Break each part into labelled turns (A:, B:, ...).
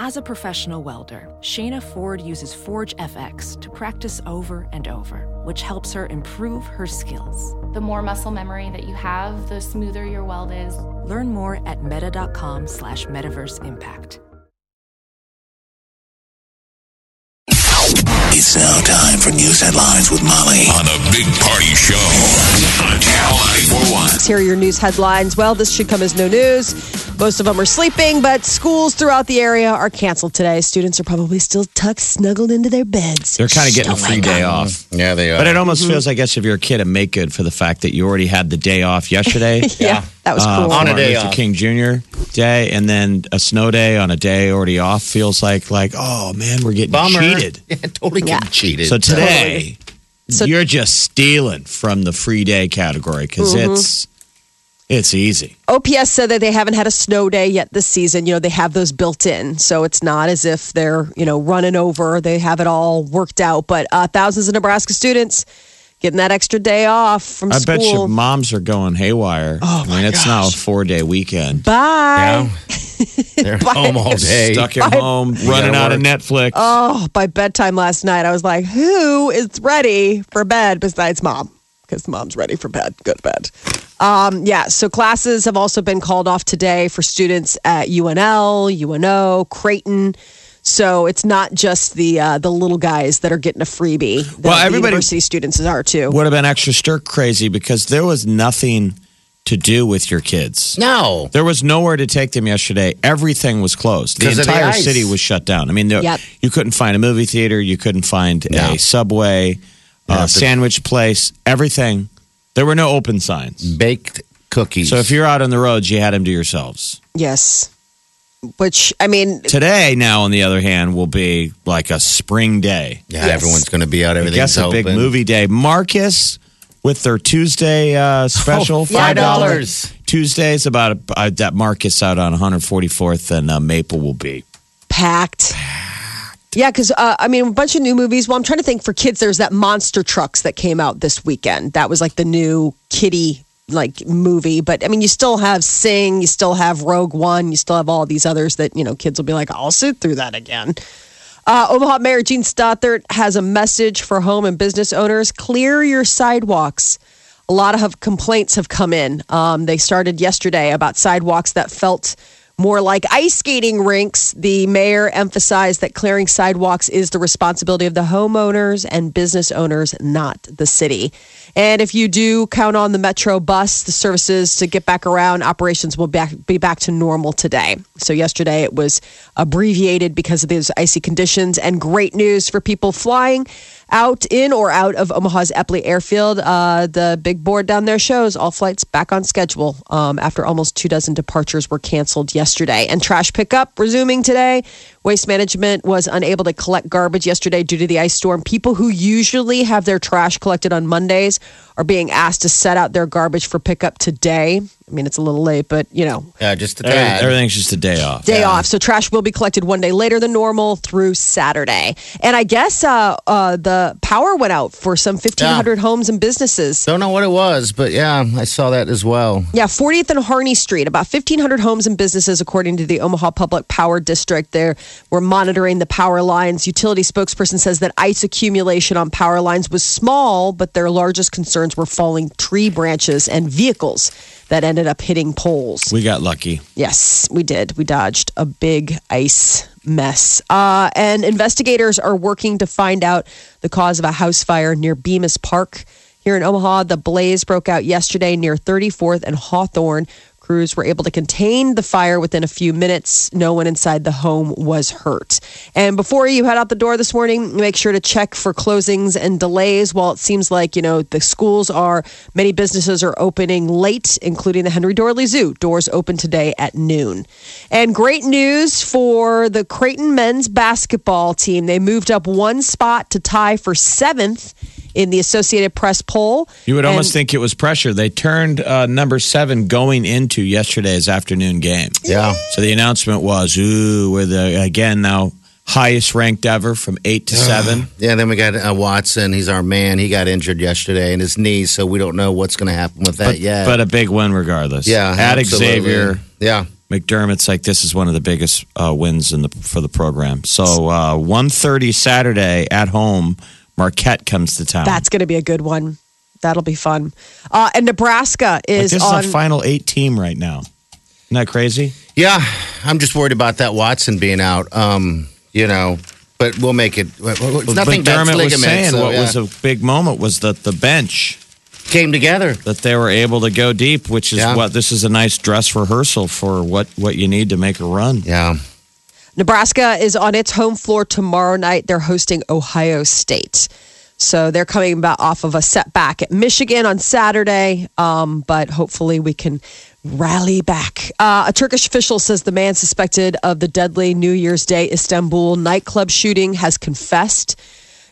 A: As a professional welder, Shayna Ford uses Forge FX to practice over and over, which helps her improve her skills.
B: The more muscle memory that you have, the smoother your weld is.
A: Learn more at meta.com slash metaverse impact.
C: It's now time for news headlines with Molly on the Big Party Show on Channel 941.
D: Let's hear your news headlines. Well, this should come as no news. Most of them are sleeping, but schools throughout the area are canceled today. Students are probably still tucked, snuggled into their beds.
E: They're kind of getting a free day off.
F: Yeah, they are.
E: But it almost feels, I guess, if you're a kid, a make good for the fact that you already had the day off yesterday.
D: yeah, that was
E: uh,
D: cool.
E: for
F: On a
E: Martin
F: day
E: Luther
F: off.
E: King Jr. Day, and then a snow day on a day already off feels like like oh man, we're getting
F: Bummer.
E: cheated.
F: Yeah, totally getting
D: Yeah.
F: cheated.
E: So today,
D: So-
E: you're just stealing from the free day category because it's it's easy.
D: OPS said that they haven't had a snow day yet this season. You know, they have those built in. So it's not as if they're, you know, running over. They have it all worked out. But uh, thousands of Nebraska students getting that extra day off from
E: I
D: school.
E: bet your moms are going haywire. Oh I mean, it's now a four day weekend.
D: Bye.
F: Yeah. they're home all day.
E: Stuck at home, running out of Netflix.
D: Oh, by bedtime last night, I was like, who is ready for bed besides mom? Because mom's ready for bed. Go to bed. Um, yeah, so classes have also been called off today for students at UNL, UNO, Creighton. So it's not just the uh, the little guys that are getting a freebie. The,
E: Well,
D: the
E: everybody-
D: university students are too.
E: would have been extra stir crazy because there was nothing to do with your kids.
F: No.
E: There was nowhere to take them yesterday. Everything was closed. The
F: 'Cause of the
E: entire
F: ice.
E: city was shut down. I mean, there,
D: Yep.
E: you couldn't find a movie theater, you couldn't find
F: No.
E: a subway,
F: Yeah,
E: a
F: but-
E: sandwich place, everything. There were no open signs.
F: Baked cookies.
E: So if you're out on the roads, you had them to yourselves.
D: Yes. Which, I mean,
E: Today, now, on the other hand, will be like a spring day.
F: yeah,
D: Yes.
F: everyone's going to be out.
E: I
F: Everything's
E: guess a big
F: open.
E: movie day. Marcus with their Tuesday uh, special,
F: Five
E: $5.
F: dollars.
E: Tuesday's about uh, that Marcus out on 144th and uh, Maple will be.
D: packed. Yeah, because uh, I mean, a bunch of new movies. Well, I'm trying to think for kids. There's that Monster Trucks that came out this weekend. That was like the new kitty like movie. But I mean, you still have Sing, you still have Rogue One, you still have all these others that you know kids will be like, I'll sit through that again. Uh, Omaha Mayor Gene Stothert has a message for home and business owners: clear your sidewalks. A lot of have- complaints have come in. Um, they started yesterday about sidewalks that felt more like ice skating rinks. The mayor emphasized that clearing sidewalks is the responsibility of the homeowners and business owners, not the city. And if you do count on the Metro bus, the services to get back around, operations will back, be back to normal today. So, yesterday it was abbreviated because of those icy conditions. And great news for people flying out in or out of Omaha's Epley Airfield. Uh, the big board down there shows all flights back on schedule um, after almost two dozen departures were canceled yesterday. And trash pickup resuming today. Waste management was unable to collect garbage yesterday due to the ice storm. People who usually have their trash collected on Mondays are being asked to set out their garbage for pickup today. I mean, it's a little late, but you know,
F: Yeah, just a
E: Every-
F: tad.
E: Everything's just a day off.
D: day off. So trash will be collected one day later than normal through Saturday. And I guess uh, uh, the power went out for some 1,500 homes and businesses.
F: Don't know what it was, but yeah, I saw that as well.
D: Yeah, 40th and Harney Street, about 1,500 homes and businesses, according to the Omaha Public Power District. There, we're monitoring the power lines. Utility spokesperson says that ice accumulation on power lines was small, but their largest concerns were falling tree branches and vehicles that ended up hitting poles.
E: We got lucky.
D: Yes, we did. We dodged a big ice mess. Uh, and investigators are working to find out the cause of a house fire near Bemis Park here in Omaha. The blaze broke out yesterday near 34th and Hawthorne. Crews were able to contain the fire within a few minutes. No one inside the home was hurt. And before you head out the door this morning, make sure to check for closings and delays. While it seems like, you know, the schools are, many businesses are opening late, including the Henry Dorley Zoo. Doors open today at noon. And great news for the Creighton men's basketball team. They moved up one spot to tie for seventh in the Associated Press poll.
E: You would almost
D: And-
E: think it was pressure. They turned uh, number seven going into yesterday's afternoon game.
F: Yeah.
E: So the announcement was, ooh, we're the, again, now highest ranked ever from eight to seven.
F: Yeah, then we got uh, Watson. He's our man. He got injured yesterday in his knee, so we don't know what's going to happen with that yet.
E: But a big win regardless.
F: yeah,
E: At
F: absolutely.
E: uh, Xavier,
F: Yeah.
E: McDermott's like this is one of the biggest uh, wins in the for the program. So uh, one thirty Saturday at home, Marquette comes to town.
D: That's going to be a good one. That'll be fun. Uh, and Nebraska
E: Like,
D: is
E: this
D: on.
E: is a Final Eight team right now. Isn't that crazy?
F: Yeah, I'm just worried about that Watson being out. Um, you know, but we'll make it. It's nothing but
E: McDermott was
F: ligaments.
E: saying
F: so,
E: what
F: yeah.
E: was a big moment was that the bench
F: came together.
E: that they were able to go deep, which is
F: Yeah.
E: what this is a nice dress rehearsal for what what you need to make a run.
F: Yeah,
D: Nebraska is on its home floor tomorrow night. They're hosting Ohio State. So they're coming about off of a setback at Michigan on Saturday, um, but hopefully we can rally back. Uh, a Turkish official says the man suspected of the deadly New Year's Day Istanbul nightclub shooting has confessed.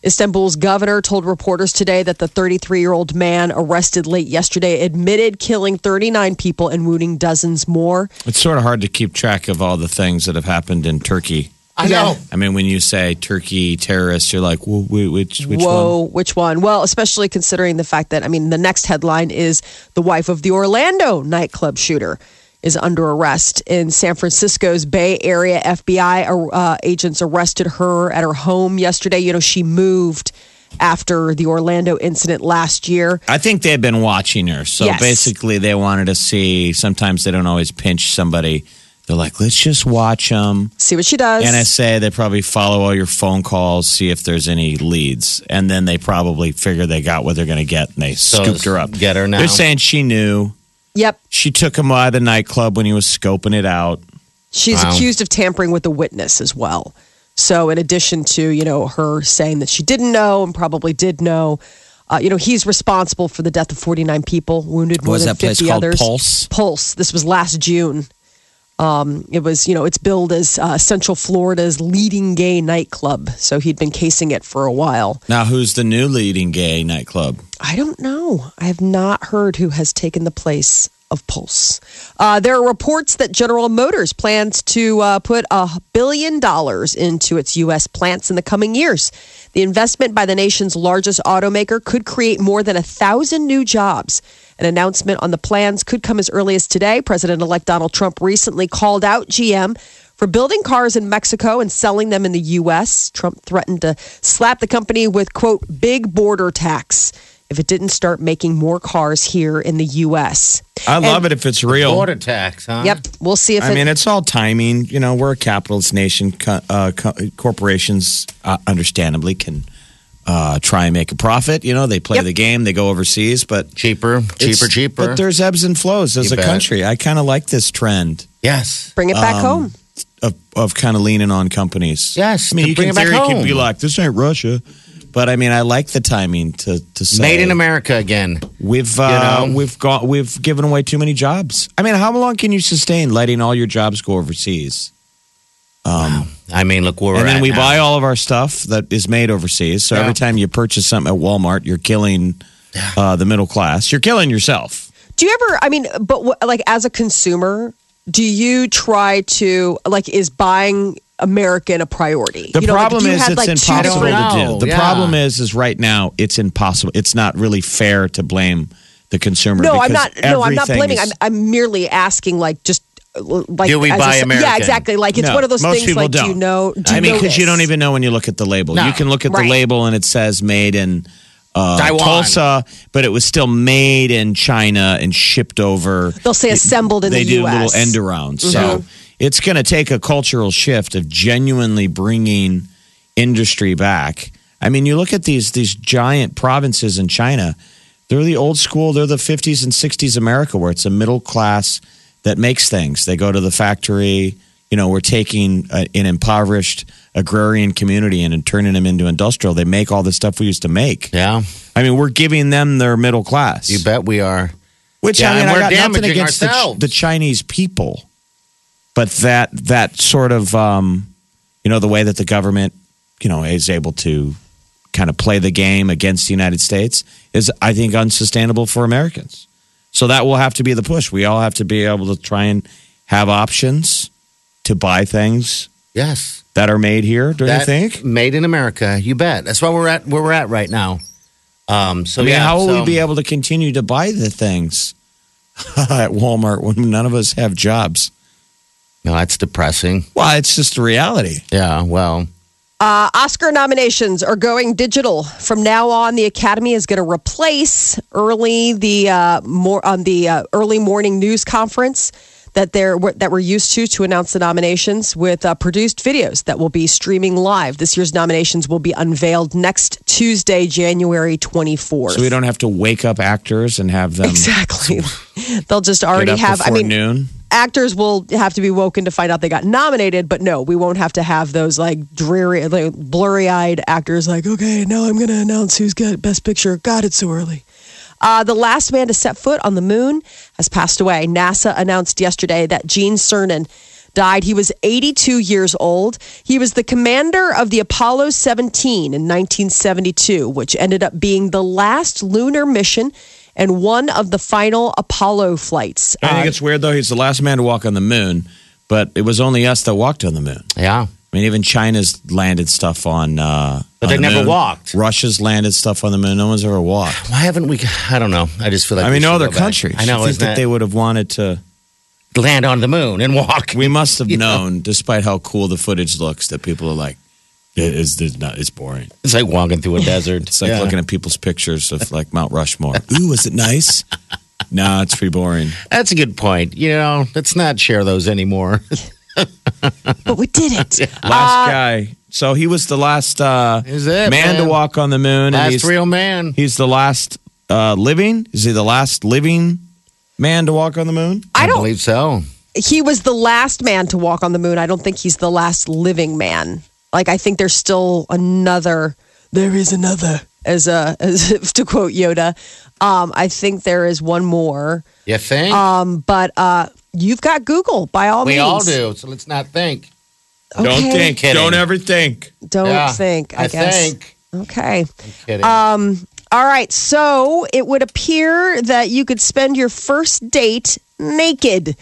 D: Istanbul's governor told reporters today that the 33 year old man arrested late yesterday admitted killing 39 people and wounding dozens more.
E: It's sort of hard to keep track of all the things that have happened in Turkey.
F: I know.
E: I mean, when you say Turkey terrorists, you're like, "Wh- wh- which which
D: Whoa,
E: one?
D: which one? Well, especially considering the fact that, I mean, the next headline is the wife of the Orlando nightclub shooter is under arrest in San Francisco's Bay Area. FBI ar- uh, agents arrested her at her home yesterday. You know, she moved after the Orlando incident last year.
E: I think they've been watching her. So
D: Yes.
E: basically, they wanted to see. Sometimes they don't always pinch somebody. They're like, let's just watch them.
D: See what she does.
E: NSA, they probably follow all your phone calls, see if there's any leads. And then they probably figure they got what they're going to get and they
F: So
E: scooped her up.
F: get her now.
E: They're saying she knew.
D: yep.
E: She took him by the nightclub when he was scoping it out.
D: She's
F: Wow.
D: accused of tampering with a witness as well. So, in addition to you know her saying that she didn't know and probably did know, uh, you know he's responsible for the death of 49 people, wounded more
E: was
D: than
E: that place
D: 50
E: called?
D: others.
E: Pulse?
D: Pulse. This was last June. Um, it was you know it's billed as uh, Central Florida's leading gay nightclub. So he'd been casing it for a while.
E: Now, who's the new leading gay nightclub?
D: I don't know. I have not heard who has taken the place of Pulse. Uh, there are reports that General Motors plans to uh, put a billion dollars into its U.S. plants in the coming years. The investment by the nation's largest automaker could create more than a thousand new jobs. An announcement on the plans could come as early as today. President elect Donald Trump recently called out GM for building cars in Mexico and selling them in the U.S. Trump threatened to slap the company with, quote, big border tax if it didn't start making more cars here in the U.S.
E: I love it if it's real.
F: Border tax, huh?
D: Yep, we'll see if
E: I
D: it.
E: mean, it's all timing. You know, we're a capitalist nation. Co- uh, co- corporations, uh, understandably, can uh, try and make a profit. You know, they play
D: Yep.
E: the game, they go overseas, but
F: Cheaper, cheaper,
E: it's-
F: cheaper.
E: But there's ebbs and flows as
F: You
E: a
F: bet.
E: country. I kind of like this trend
F: yes.
D: bring it
E: um,
D: back home.
E: of, of kind of leaning on companies.
F: Yes,
E: I mean,
F: to
E: you
F: bring
E: can
F: it back
E: theory could be
F: home.
E: like this ain't Russia, but I mean, I like the timing to to say
F: Made in America again.
E: We've uh,
F: know?
E: we've got we've given away too many jobs. I mean, how long can you sustain letting all your jobs go overseas?
F: I mean, look where we're
E: and then
F: at
E: we
F: now.
E: buy all of our stuff that is made overseas. So
F: Yeah.
E: every time you purchase something at Walmart, you're killing uh, the middle class. You're killing yourself.
D: Do you ever? I mean, but what, like as a consumer, do you try to like is buying American a priority?
E: The
D: You know, like,
E: problem
D: if you
E: is
D: had,
E: it's
D: like, two
E: impossible
D: different- Oh,
E: to
F: know,
E: do. The
F: yeah.
E: problem is is right now it's impossible. It's not really fair to blame the consumer.
D: No, I'm
E: because
D: not. No, I'm not
E: everything
D: blaming.
E: is-
D: I'm, I'm merely asking, like, just uh, like
F: Do we
D: as a-
F: buy
D: Yeah,
F: American?
D: exactly. Like it's
E: No,
D: one of those
E: most
D: things.
E: people
D: Like, do you
E: don't.
D: know? Do
E: I
D: you
E: mean,
D: know
E: because you
D: this?
E: don't even know when you look at the label.
F: No.
E: You can look at
D: Right.
E: the label and it says made in uh,
F: Taiwan.
E: Tulsa, but it was still made in China and shipped over.
D: They'll say assembled in
E: they
D: the
E: do
D: U.S.
E: little end arounds.
F: Mm-hmm.
E: So it's going to take a cultural shift of genuinely bringing industry back. I mean, you look at these these giant provinces in China. They're the old school. They're the 50s and 60s America, where it's a middle class that makes things. They go to the factory. You know, we're taking a, an impoverished agrarian community and, and turning them into industrial. They make all the stuff we used to make.
F: Yeah,
E: I mean, we're giving them their middle class.
F: you bet we are.
E: Which
F: Yeah,
E: I mean,
F: and
E: I
F: we're
E: got nothing
F: damaging
E: against the, Ch-
F: ourselves.
E: the Chinese people, but that that sort of um, you know the way that the government you know is able to kind of play the game against the United States is, I think, unsustainable for Americans. So that will have to be the push. We all have to be able to try and have options to buy things
F: Yes.
E: that are made here. Don't you
F: That-
E: think?
F: Made in America. You bet. That's why we're at where we're at right now. Um, so
E: I mean,
F: yeah,
E: how will
F: so-
E: we be able to continue to buy the things at Walmart when none of us have jobs?
F: No, that's depressing.
E: Well, it's just the reality.
F: Yeah, well,
D: Uh, Oscar nominations are going digital. From now on, the Academy is going to replace early the uh, more on the uh, early morning news conference that they're that we're used to to announce the nominations with uh, produced videos that will be streaming live. This year's nominations will be unveiled next Tuesday, January twenty fourth.
E: So we don't have to wake up actors and have them
D: exactly. They'll just
E: get
D: already
E: up
D: have. I
E: before
D: mean,
E: noon.
D: actors will have to be woken to find out they got nominated, but no, we won't have to have those like dreary, like blurry eyed actors like, okay, now I'm going to announce who's got Best Picture. God, it's so early. Uh, the last man to set foot on the moon has passed away. NASA announced yesterday that Gene Cernan died. He was 82 years old. He was the commander of the Apollo 17 in 1972, which ended up being the last lunar mission and one of the final Apollo flights.
E: I
D: Uh,
E: think it's weird though. He's the last man to walk on the moon, but it was only us that walked on the moon.
F: yeah.
E: I mean, even China's landed stuff on. Uh,
F: But
E: on
F: they
E: the
F: never
E: moon.
F: walked.
E: Russia's landed stuff on the moon. No one's ever walked.
F: Why haven't we? I don't know. I just feel like
E: I
F: we
E: mean, no
F: should
E: other
F: go back.
E: countries.
F: I know.
E: You'd think
F: Isn't
E: that they would have wanted to.
F: they land on the moon and walk?
E: We must have known, despite how cool the footage looks, that people are like, "It is it's not. It's boring."
F: It's like walking through a desert.
E: It's like
F: Yeah.
E: looking at people's pictures of like Mount Rushmore. Ooh, is it nice? nah, it's pretty boring.
F: That's a good point. You know, let's not share those anymore.
D: but we did it. Uh,
E: Last guy. So he was the last uh,
F: Uh, Is it,
E: man, to
F: man?
E: walk on the moon. and
F: Last
E: he's,
F: real man.
E: he's the last uh, living. Is he the last living man to walk on the moon?
D: I don't.
F: believe so.
D: He was the last man to walk on the moon. I don't think he's the last living man. Like I think there's still another. There is another, as a as if to quote Yoda. Um, I think there is one more.
F: You think?
D: Um, but uh, you've got Google by all
F: we
D: means.
F: all do. So let's not think.
E: Don't
D: Okay.
E: think.
F: Kidding.
E: Don't ever think.
D: Don't
F: Yeah.
D: think. I,
F: I
D: guess. Uh,
F: think.
D: Okay.
F: Kidding.
D: All right. So it would appear that you could spend your first date naked.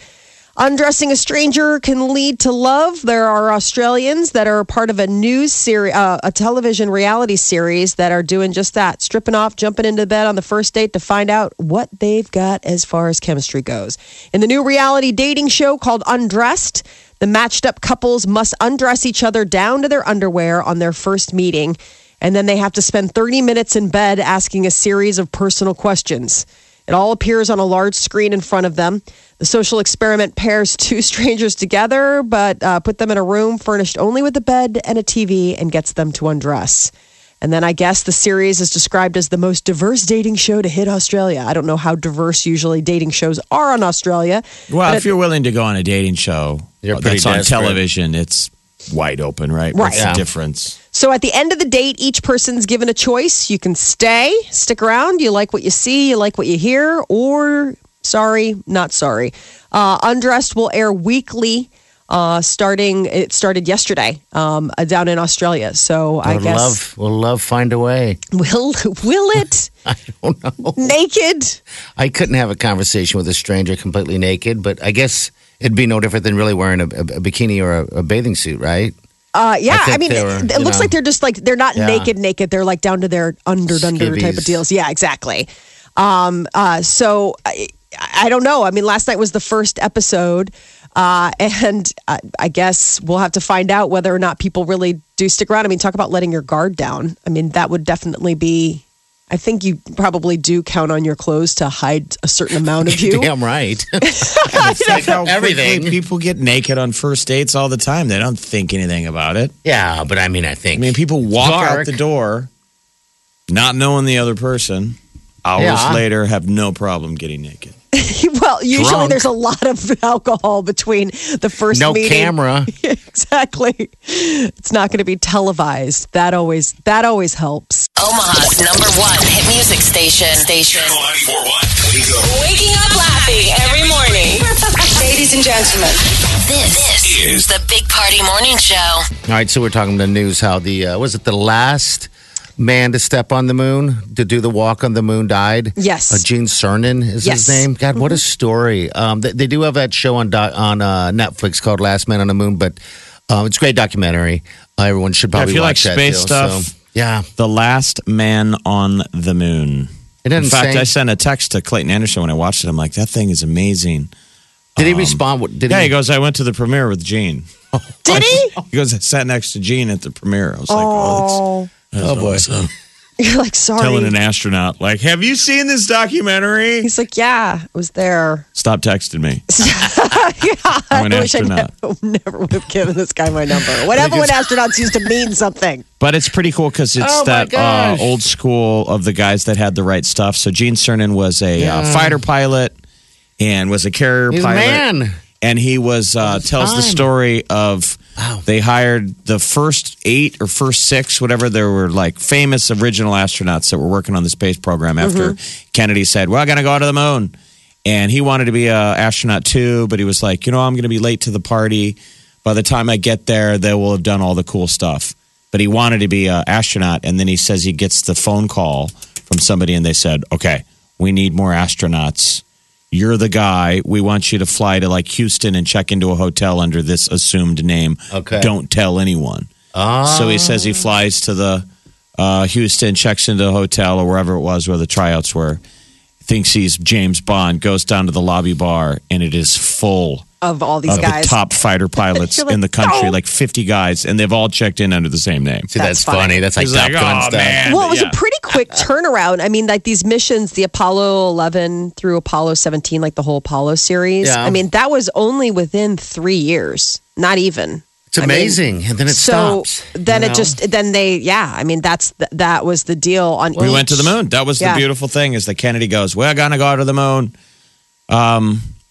D: Undressing a stranger can lead to love. There are Australians that are part of a news series, uh, a television reality series that are doing just that stripping off, jumping into bed on the first date to find out what they've got as far as chemistry goes. In the new reality dating show called Undressed, the matched up couples must undress each other down to their underwear on their first meeting, and then they have to spend 30 minutes in bed asking a series of personal questions. It all appears on a large screen in front of them. The social experiment pairs two strangers together, but uh, put them in a room furnished only with a bed and a TV and gets them to undress. And then I guess the series is described as the most diverse dating show to hit Australia. I don't know how diverse usually dating shows are on Australia.
E: Well,
D: but
E: if you're willing to go on a dating show uh,
F: You're pretty
E: that's on
F: desperate.
E: television, it's wide open, right? What's
F: Right. Yeah.
E: the difference?
D: So at the end of the date, each person's given a choice. You can stay, stick around, you like what you see, you like what you hear, or sorry, not sorry. Uh, Undressed will air weekly. Uh, starting, it started yesterday um, uh, down in Australia. So I
F: Will
D: guess
F: love, will love find a way?
D: will will it
F: I don't know.
D: naked?
F: I couldn't have a conversation with a stranger completely naked, but I guess it'd be no different than really wearing a, a, a bikini or a, a bathing suit, right?
D: Uh, yeah,
F: I
D: I,
F: think
D: mean,
F: they
D: it,
F: were,
D: it
F: you
D: looks
F: know.
D: like they're just like they're not
F: Yeah.
D: naked, naked. They're like down to their under, under type of
F: Skivvies.
D: deals. Yeah, exactly. Um, uh, so I, I don't know. I mean, last night was the first episode, uh, and I, I guess we'll have to find out whether or not people really do stick around. I mean, talk about letting your guard down. I mean, that would definitely be. I think you probably do count on your clothes to hide a certain amount of you.
F: Damn right.
E: It's like how
F: Everything.
E: quickly people get naked on first dates all the time. They don't think anything about it.
F: yeah, but I mean, I think.
E: I mean, people walk
F: dark.
E: out the door not knowing the other person. Hours
F: Yeah.
E: later, have no problem getting naked.
D: well, usually
F: Drunk.
D: there's a lot of alcohol between the first
F: no
D: meeting.
F: camera.
D: exactly. It's not going to be televised. That always that always helps.
G: Omaha's number one hit music station. Station.
C: Wake up.
H: Waking up laughing every morning. Ladies and gentlemen,
G: This, is the Big Party Morning Show.
F: All right, so we're talking the news how the, uh, was it the last man to step on the moon, to do the walk on the moon died?
D: Yes.
F: Uh, Gene Cernan is his
D: Yes. Mm-hmm.
F: name. God, what a story. Um, they, they do have that show on, doc, on uh, Netflix called Last Man on the Moon, but um, it's a great documentary. Uh, everyone should
E: Yeah, if
F: probably
E: you like
F: watch that
E: space
F: too,
E: stuff.
F: so- yeah.
E: The last man on the moon.
F: It
E: In
F: doesn't
E: fact,
F: say-
E: I sent a text to Clayton Anderson when I watched it. I'm like, that thing is amazing.
F: Did he respond? Did
E: um, Yeah, he
F: he?
E: goes, I went to the premiere with Gene.
D: Did he?
E: He goes, I sat next to Gene at the premiere. I was like,
D: Oh,
E: oh, that's, that's
F: boy.
E: awesome."
D: you're like sorry.
E: Telling an astronaut, like, have you seen this documentary?
D: He's like, yeah, I was there.
E: Stop texting me.
D: yeah,
E: I'm an
D: I wish I
E: astronaut.
D: never, never would have given this guy my number. Whatever when astronauts used to mean something.
E: But it's pretty cool because it's
F: Oh, my
E: that uh,
F: gosh.
E: old school of the guys that had the right stuff. So Gene Cernan was a uh, fighter pilot and was a carrier
F: He's a
E: pilot.
F: man.
E: And he was uh, tells the
F: time.
E: story of
F: Wow.
E: they hired the first eight or first six, whatever. There were like famous original astronauts that were working on the space program after Kennedy said, "Well, I gotta go out to the moon," and he wanted to be an astronaut too, but he was like, "You know, I'm gonna be late to the party. By the time I get there, they will have done all the cool stuff." But he wanted to be an astronaut, and then he says he gets the phone call from somebody, and they said, "Okay, we need more astronauts." you're the guy. We want you to fly to like Houston and check into a hotel under this assumed name.
F: Okay.
E: Don't tell anyone.
F: Ah,
E: So he says he flies to the uh, Houston, checks into a hotel or wherever it was where the tryouts were, thinks he's James Bond, goes down to the lobby bar, and it is full
D: Of all these
E: of
D: guys,
E: the top fighter pilots
D: You're like,
E: in the country,
D: "No."
E: like 50 guys, and they've all checked in under the same name.
F: See,
D: That's
F: that's,
D: funny.
F: funny. That's like
E: He's
F: Top
E: like,
F: Gun
E: "Oh,
F: stuff.
E: man."
D: Well, it was
E: Yeah. Uh,
D: a pretty quick turnaround. I mean, like these missions, the Apollo 11 through Apollo 17, like the whole Apollo series.
F: Yeah.
D: I mean, that was only within three years, not even.
F: It's amazing, and then it
D: so
F: stops.
D: then
F: you
D: it
F: know?
D: just then they yeah. I mean, that's th- that was the deal on.
E: we
D: each-
E: went to the moon. That was
D: Yeah.
E: the beautiful thing is that Kennedy goes, we're going to go to the moon um,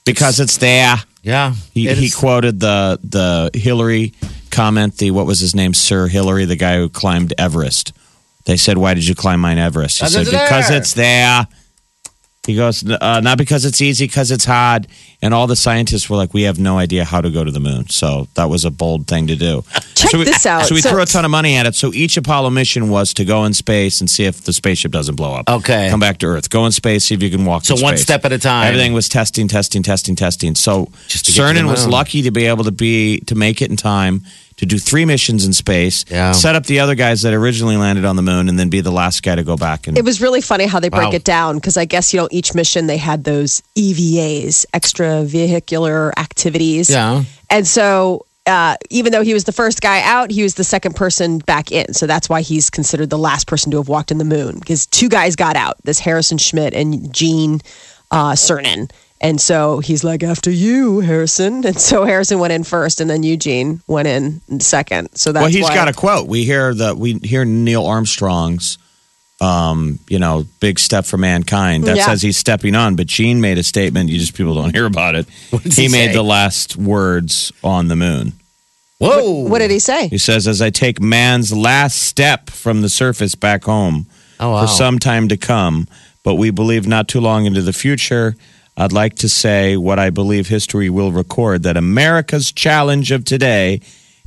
E: because it's there.
F: yeah.
E: He,
F: It
E: he
F: is-
E: quoted the the Hillary comment. The what was his name, Sir Hillary, the guy who climbed Everest. They said, "Why did you climb Mount Everest?" He
F: Because
E: said,
F: it's
E: "Because
F: there."
E: it's there." He goes, "N- uh, "Not because it's easy, because it's hard." And all the scientists were like, "We have no idea how to go to the moon." So that was a bold thing to do.
D: Check
E: so we,
D: this out.
E: So we
D: So-
E: threw a ton of money at it. So each Apollo mission was to go in space and see if the spaceship doesn't blow up.
F: Okay.
E: come back to Earth. Go in space, see if you can walk.
F: So
E: in
F: one
E: space.
F: step at a time.
E: Everything was testing, testing, testing, testing. So
F: Just to get to the
E: Cernan was
F: moon.
E: lucky to be able to be to make it in time to do three missions in space,
F: Yeah.
E: set up the other guys that originally landed on the moon, and then be the last guy to go back. And
D: It was really funny how they break
F: Wow.
D: it down because I guess you know each mission they had those E EVAs, extra vehicular activities.
F: Yeah.
D: and so. Uh, even though he was the first guy out, he was the second person back in. So that's why he's considered the last person to have walked in the moon because two guys got out this Harrison Schmidt and Gene uh, Cernan. And so he's like, after you, Harrison. And so Harrison went in first and then Eugene went in second. So that's
E: well, he's
D: why-
E: got a quote. We hear the we hear Neil Armstrong's, um, you know, big step for mankind that
D: Yeah.
E: says he's stepping on. But Gene made a statement. You just people don't hear about it.
F: does he
E: made
F: say?
E: the last words on the moon.
F: Whoa.
D: What did he say?
E: He says, as I take man's last step from the surface back home
F: Oh, wow.
E: for some time to come, but we believe not too long into the future, I'd like to say what I believe history will record that America's challenge of today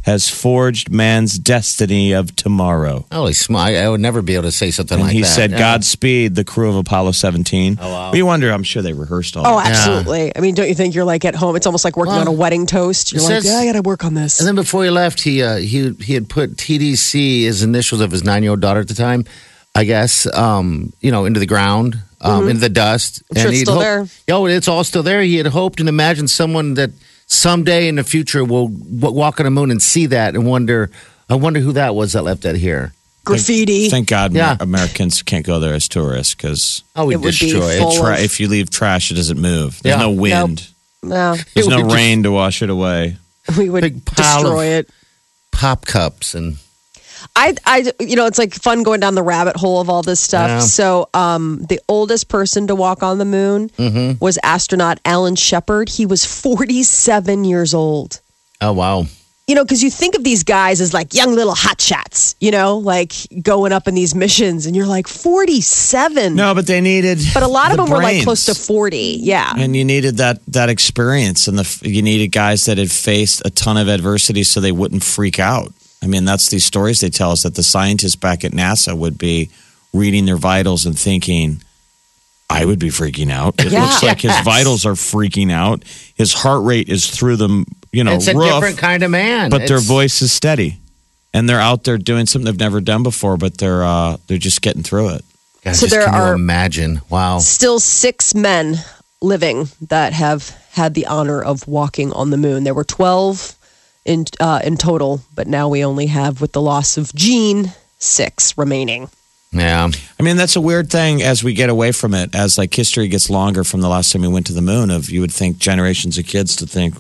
E: has forged man's destiny of tomorrow.
F: Holy smart! I would never be able to say something
E: And
F: like
E: he
F: that.
E: said,
F: Yeah.
E: Godspeed, the crew of Apollo 17. Oh, wow. We wonder, I'm sure they rehearsed all
D: Oh,
E: that.
D: absolutely. I mean, don't you think you're like at home? It's almost like working
F: Well,
D: on a wedding toast. You're
F: it
D: like,
F: says-
D: yeah, I got to work on this.
F: And then before he left, he uh, he he had put TDC, his initials of his nine year old daughter at the time, I guess, um, you know, into the ground, um, into the dust.
D: Mm-hmm. I'm sure it's
F: he'd
D: still
F: hoped- Yo, it's all still there. He had hoped and imagined someone that someday in the future will w- walk on the moon and see that and wonder. I wonder who that was that left that here.
D: Graffiti.
E: Thank God
F: Yeah.
E: Amer- Americans can't go there as tourists because
F: Oh, we
D: It would be
F: destroy
D: full-
F: it.
E: tra-
D: of-
E: if you leave trash, it doesn't move. There's
F: Yeah.
E: no wind.
D: no,
E: There's
F: It
E: no
F: would just-
E: rain to wash it away.
D: we would
F: Big pile
D: destroy it.
F: Pop cups and
D: I, I, you know, it's like fun going down the rabbit hole of all this stuff.
F: Yeah.
D: So, um, the oldest person to walk on the moon
F: Mm-hmm.
D: was astronaut Alan Shepard. He was 47 years old.
F: oh wow,
D: you know, because you think of these guys as like young little hotshots, you know, like going up in these missions, and you're like 47.
E: No, but they needed.
D: but a lot of
E: the
D: them were like
E: brains.
D: close to 40. Yeah.
E: And you needed that that experience, and the you needed guys that had faced a ton of adversity, so they wouldn't freak out. I mean, that's these stories they tell us that the scientists back at NASA would be reading their vitals and thinking, "I would be freaking out." It
D: Yeah.
E: looks like his vitals are freaking out. His heart rate is through the you know
F: it's a
E: roof.
F: different kind of man.
E: but their
F: It's-
E: voice is steady and they're out there doing something they've never done before but they're uh, they're just getting through it
F: Gosh,
D: So
F: just
D: there
F: can you
D: are-
F: imagine. Wow,
D: Still six men living that have had the honor of walking on the moon. There were 12 in, uh, in total, but now we only have, with the loss of Gene, six remaining.
F: Yeah.
E: I mean, that's a weird thing as we get away from it, as like history gets longer from the last time we went to the moon, of you would think generations of kids to think,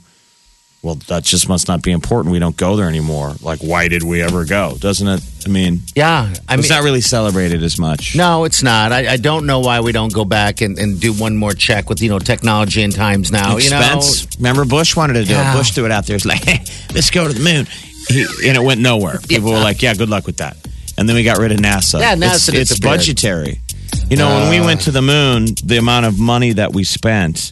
E: well, that just must not be important. We don't go there anymore. Like, why did we ever go? Doesn't it? I mean,
F: Yeah. I mean,
E: it's not really celebrated as much.
F: no, it's not. I, I don't know why we don't go back and, and do one more check with, you know, technology and times now.
E: Expense. Remember, Bush wanted to do
F: Oh, Yeah.
E: it. Bush threw it out there. It's like, hey, let's go to the moon. He, and it went nowhere. People were like, yeah, good luck with that. And then we got rid of NASA.
F: Yeah,
E: It's,
F: NASA
E: it's
F: disappeared.
E: budgetary. You know, when we went to the moon, the amount of money that we spent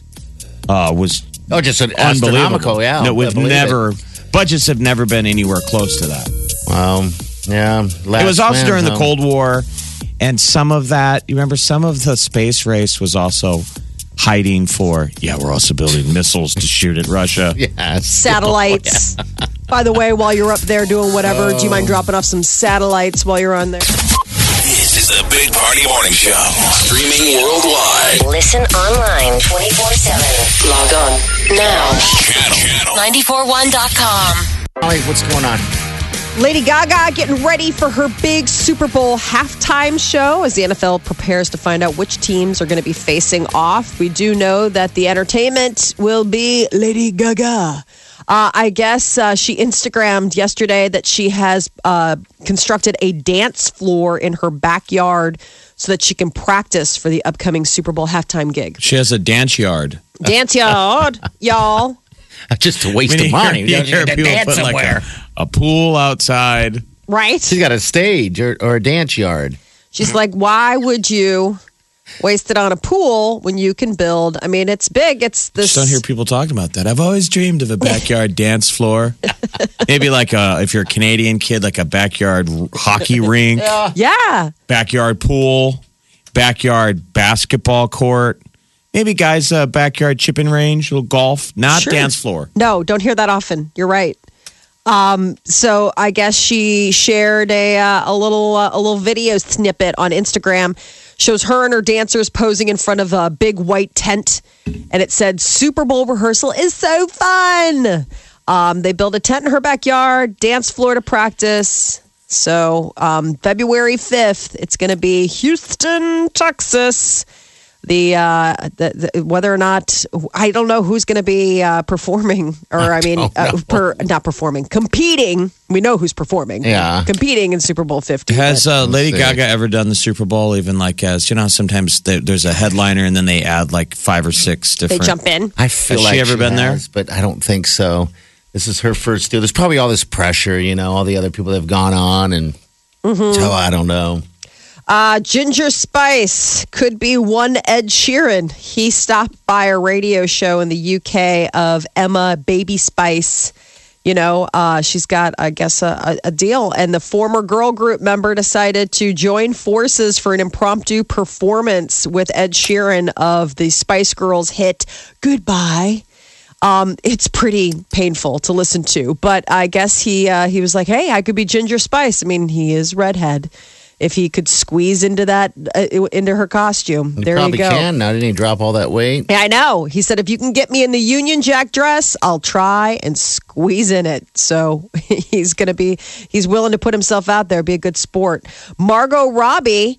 E: uh, was
F: You know? Oh, just an astronomical.
E: unbelievable.
F: Yeah.
E: no,
F: I
E: we've
F: believe it.
E: never. Budgets have never been anywhere close to that.
F: Wow. Yeah.
E: It was also during the Cold
F: Cold.
E: War, and some of that. You remember, some of the space race was also hiding for. Yeah, we're also building missiles to shoot at Russia.
F: Yes.
D: Satellites. By the way, while you're up there doing whatever, do you mind dropping off some satellites while you're on there?
C: This is the Big Party Morning Show. Streaming worldwide.
G: Listen online 24 7.
H: Log on.
G: Now,
C: Channel. Channel.
G: 941.com.
F: Molly, what's going on?
D: Lady Gaga getting ready for her big Super Bowl halftime show as the NFL prepares to find out which teams are going to be facing off. We do know that the entertainment will be Lady Gaga. Uh, I guess uh, she Instagrammed yesterday that she has uh, constructed a dance floor in her backyard so that she can practice for the upcoming Super Bowl halftime gig.
E: She has a dance yard.
D: Dance yard, y'all.
F: Just a waste
E: I mean,
F: of
E: you
F: money.
E: hear-
F: You
E: you
F: don't
E: hear
F: need to
E: people
F: dance
E: put like
F: somewhere.
E: a, a pool outside.
D: Right?
F: She's got a stage or, or a dance yard.
D: She's like, why would you waste it on a pool when you can build? I mean, it's big. It's this.
E: Just don't hear people talking about that. I've always dreamed of a backyard dance floor. Maybe like a, if you're a Canadian kid, like a backyard hockey rink.
D: yeah.
E: backyard pool, backyard basketball court, maybe guys' uh, backyard chipping range, little golf, not
D: Sure.
E: dance floor.
D: No, don't hear that often. You're right. Um, so I guess she shared a uh, a little uh, a little video snippet on Instagram. Shows her and her dancers posing in front of a big white tent, and it said Super Bowl rehearsal is so fun. Um, they built a tent in her backyard, dance floor to practice. So um, February fifth, it's going to be Houston, Texas. The, uh, the, the whether or not I don't know who's going to be uh, performing or I, mean uh, per, not performing competing. We know who's performing.
F: Yeah.
D: competing in Super Bowl Fifty.
E: Has uh, Lady
F: see.
E: Gaga ever done the Super Bowl? Even like as you know, how sometimes there- there's a headliner and then they add like five or six
D: they
E: different.
D: jump in.
F: I feel
E: Has
F: like
E: she ever been there?
F: has, but I don't think so. This is her first deal. There's probably all this pressure, you know, all the other people that have gone on, and so I don't know.
D: Uh, Ginger Spice could be one Ed Sheeran. He stopped by a radio show in the UK of Emma Baby Spice. You know, uh, she's got, I guess, a, a a deal. And the former girl group member decided to join forces for an impromptu performance with Ed Sheeran of the Spice Girls hit Goodbye. Um, it's pretty painful to listen to, but I guess he uh, he was like, "Hey, I could be Ginger Spice." I mean, he is redhead. If he could squeeze into that uh, into her costume,
F: You
D: there you
F: probably
D: go.
F: can. Now, didn't he drop all that weight?
D: Yeah, I know. He said, "If you can get me in the Union Jack dress, I'll try and squeeze in it." So he's going to be he's willing to put himself out there, be a good sport. Margot Robbie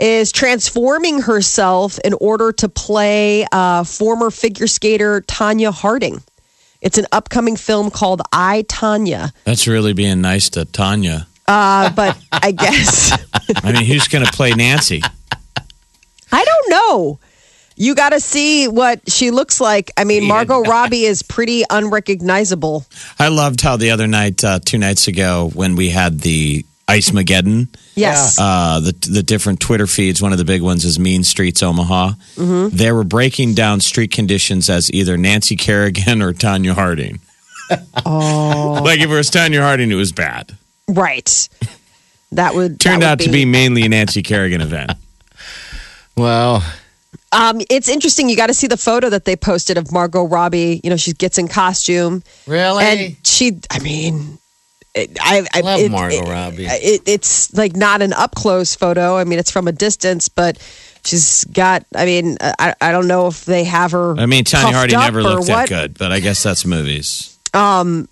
D: is transforming herself in order to play uh, former figure skater Tanya Harding. It's an upcoming film called I Tanya,
E: That's really being nice to Tanya.
D: uh, but I guess.
E: I mean, who's going to play Nancy?
D: I don't know. You got to see what she looks like. I mean, Margot Robbie is pretty unrecognizable.
E: I loved how the other night, uh, two nights ago, when we had the Ice Mageddon.
D: Yes.
E: uh, the the different Twitter feeds. One of the big ones is Mean Streets Omaha.
D: Mm-hmm.
E: They were breaking down street conditions as either Nancy Kerrigan or Tanya Harding. oh, like if it was Tanya Harding, it was bad.
D: Right. That would
E: Turned
D: that would
E: out to be mainly a Nancy Kerrigan event.
F: Well,
D: Um, it's interesting. You got to see the photo that they posted of Margot Robbie. You know, she gets in costume,
F: really?
D: and she. I mean, it- I, I
F: Love
D: it-
F: Margot
D: it-
F: Robbie.
D: It, it's like not an up close photo. I mean, it's from a distance, but she's got. I mean, I, I don't know if they have her.
E: I mean, Tanya
D: puffed
E: Harding
D: up
E: never
D: or
E: looked
D: what. Um,
E: that good, but I guess that's movies.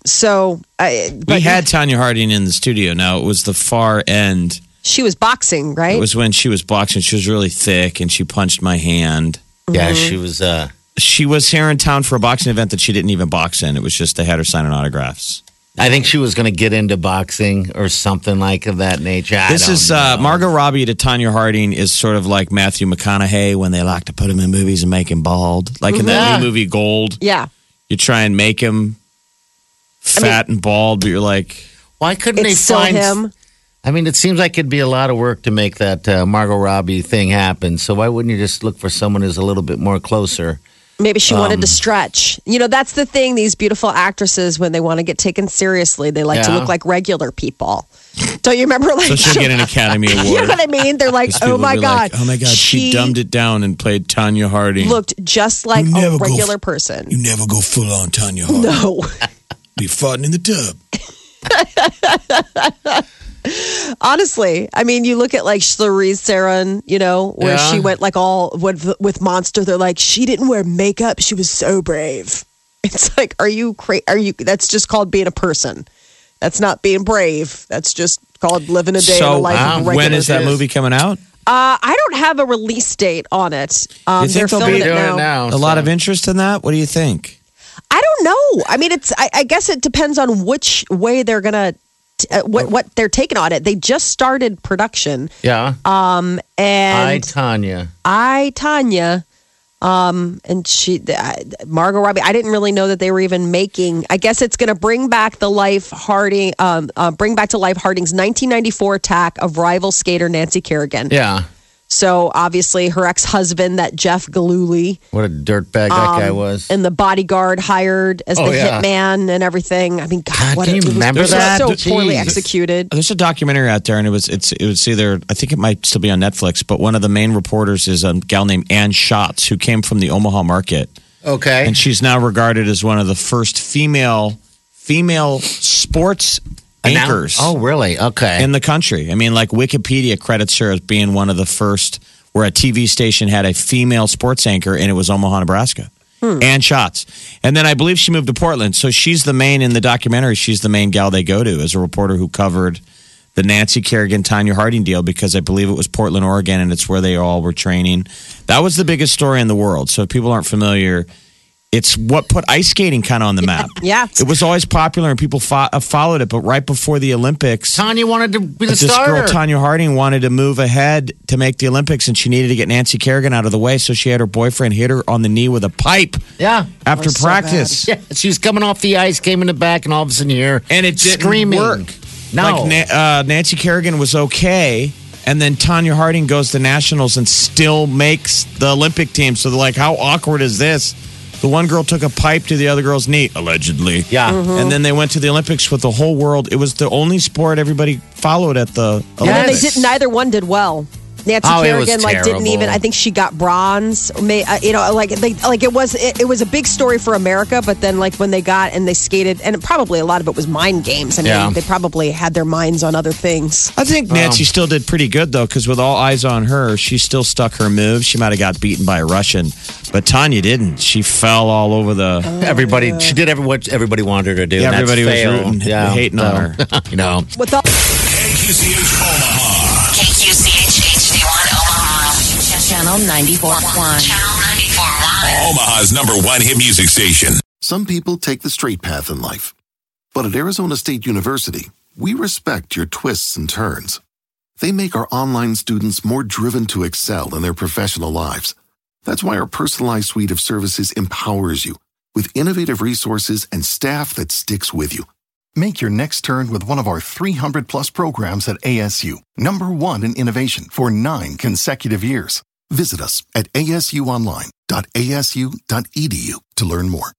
D: So, I,
E: We
D: but
E: had Tanya Harding in the studio. Now it was the far end.
D: she was boxing, right?
E: It was when she was boxing. She was really thick, and she punched my hand.
F: Yeah, she
D: Mm-hmm.
F: was. uh
E: She was here in town for a boxing event that she didn't even box in. It was just they had her signing autographs.
F: I think she was going to get into boxing or something like of that nature. I
E: This
F: don't
E: is uh,
F: know.
E: Margot Robbie to Tanya Harding is sort of like Matthew McConaughey when they like to put him in movies and make him bald, like in that new movie Gold.
D: yeah.
E: You try and make him fat and bald, but you're like,
F: Why couldn't
D: It's
F: they
D: still
F: find
D: him.
F: I mean, it seems like it'd be a lot of work to make that uh, Margot Robbie thing happen. So why wouldn't you just look for someone who's a little bit more closer?
D: Maybe she wanted
E: Um,
D: to stretch. You know, that's the thing. These beautiful actresses, when they want to get taken seriously, they like to
F: Yeah.
D: look like regular people. Don't you remember? Like,
E: so she'll get an Academy Award.
D: you know what I mean? They're like,
E: These people
D: oh my
E: be
D: god,
E: like, oh my god, she, dumbed it down and played Tanya Harding.
D: Looked just like
C: You
D: a
C: never go
D: regular
C: f-
D: person.
C: You never go full on Tanya Harding.
D: no.
C: Be farting in the tub.
D: Honestly, I mean, you look at like Charlize Theron, you know, where
F: Yeah.
D: she went like all with, with Monster. They're like, she didn't wear makeup. She was so brave. It's like, are you crazy? Are you? That's just called being a person. That's not being brave. That's just called living a day in a
E: so
D: life.
E: wow,
D: of a
E: when
D: regular
E: is that
D: person.
E: movie coming out?
D: Uh, I don't have a release date on it. Um,
E: You
D: they're
E: think they'll
D: filming
E: be
D: it
E: doing
D: now.
F: Oh,
E: A lot of interest in that. What do you think?
D: I don't know. I mean, it's. I, I guess it depends on which way they're gonna, uh,
E: Oh.
D: what what they're taking on it. They just started production,
F: yeah. I
D: and
F: Tanya.
D: I, Tanya, um, and she, I, Margot Robbie. I didn't really know that they were even making. I guess it's gonna bring back the life Harding, um, uh, bring back to life Harding's 1994 attack of rival skater Nancy Kerrigan.
F: Yeah.
D: So obviously, her ex husband, that Jeff Galooly.
F: What a dirtbag that guy was.
D: Um, and the bodyguard hired as
F: Oh,
D: the
F: yeah.
D: hitman and everything. I mean, God,
F: God,
D: what
F: can
D: a-
F: you
D: it was-
F: remember
D: it was
F: that?
D: So poorly
F: Jeez.
D: executed.
E: There's a documentary out there, and it was it's it was either I think it might still be on Netflix, but one of the main reporters is a gal named Ann Schatz who came from the Omaha market,
F: okay.
E: and she's now regarded as one of the first female female sports
F: And now-
E: anchors
F: oh, really? Okay.
E: in the country. I mean, like Wikipedia credits her as being one of the first where a TV station had a female sports anchor, and it was Omaha, Nebraska. Ann Schatz. And then I believe she moved to Portland. So she's the main in the documentary. She's the main gal they go to as a reporter who covered the Nancy Kerrigan, Tanya Harding deal because I believe it was Portland, Oregon, and it's where they all were training. That was the biggest story in the world. So if people aren't familiar, it's what put ice skating kind of on the map.
D: Yeah.
E: It was always popular and people fo- uh, followed it. But right before the Olympics,
F: Tanya wanted to be the
E: but this
F: starter.
E: girl Tanya Harding wanted to move ahead to make the Olympics, and she needed to get Nancy Kerrigan out of the way, so she had her boyfriend hit her on the knee with a pipe
F: yeah.
E: after practice,
F: Yeah. She was coming off the ice, came in the back, and all of a sudden here
E: and it didn't
F: screaming.
E: work.
F: No.
E: Like Na- uh, Nancy Kerrigan was okay, and then Tanya Harding goes to nationals and still makes the Olympic team. So they're like, how awkward is this? The one girl took a pipe to the other girl's knee, allegedly.
F: yeah.
E: And then they went to the Olympics with the whole world. It was the only sport everybody followed at the Olympics.
D: And then they
F: Yes.
D: did. Neither one did well. Nancy
F: Oh, it was
D: Kerrigan like didn't even.
F: terrible.
D: I think she got bronze. May, uh, you know, like they, like it was it, it was a big story for America. But then like when they got and they skated, and probably a lot of it was mind games. I mean,
F: Yeah.
D: they probably had their minds on other things.
E: I think Nancy still did pretty good though, because with all eyes on her, she still stuck her move. She might have got beaten by a Russian, but Tanya didn't. She fell all over
F: Oh.
E: the.
F: Everybody, she did every, what everybody wanted her to do. and that's
E: everybody was
F: fail.
E: rooting, hating on her.
F: you know.
D: With all,
C: KQCH Omaha.
G: KQCHHD1 Omaha.
H: Channel 94.1.
G: Channel 94.1.
C: Omaha's number one hit music station.
I: Some people take the straight path in life. But at Arizona State University, we respect your twists and turns. They make our online students more driven to excel in their professional lives. That's why our personalized suite of services empowers you with innovative resources and staff that sticks with you. Make your next turn with one of our 300 plus programs at ASU, number one in innovation for nine consecutive years. Visit us at asuonline.asu.edu E to learn more.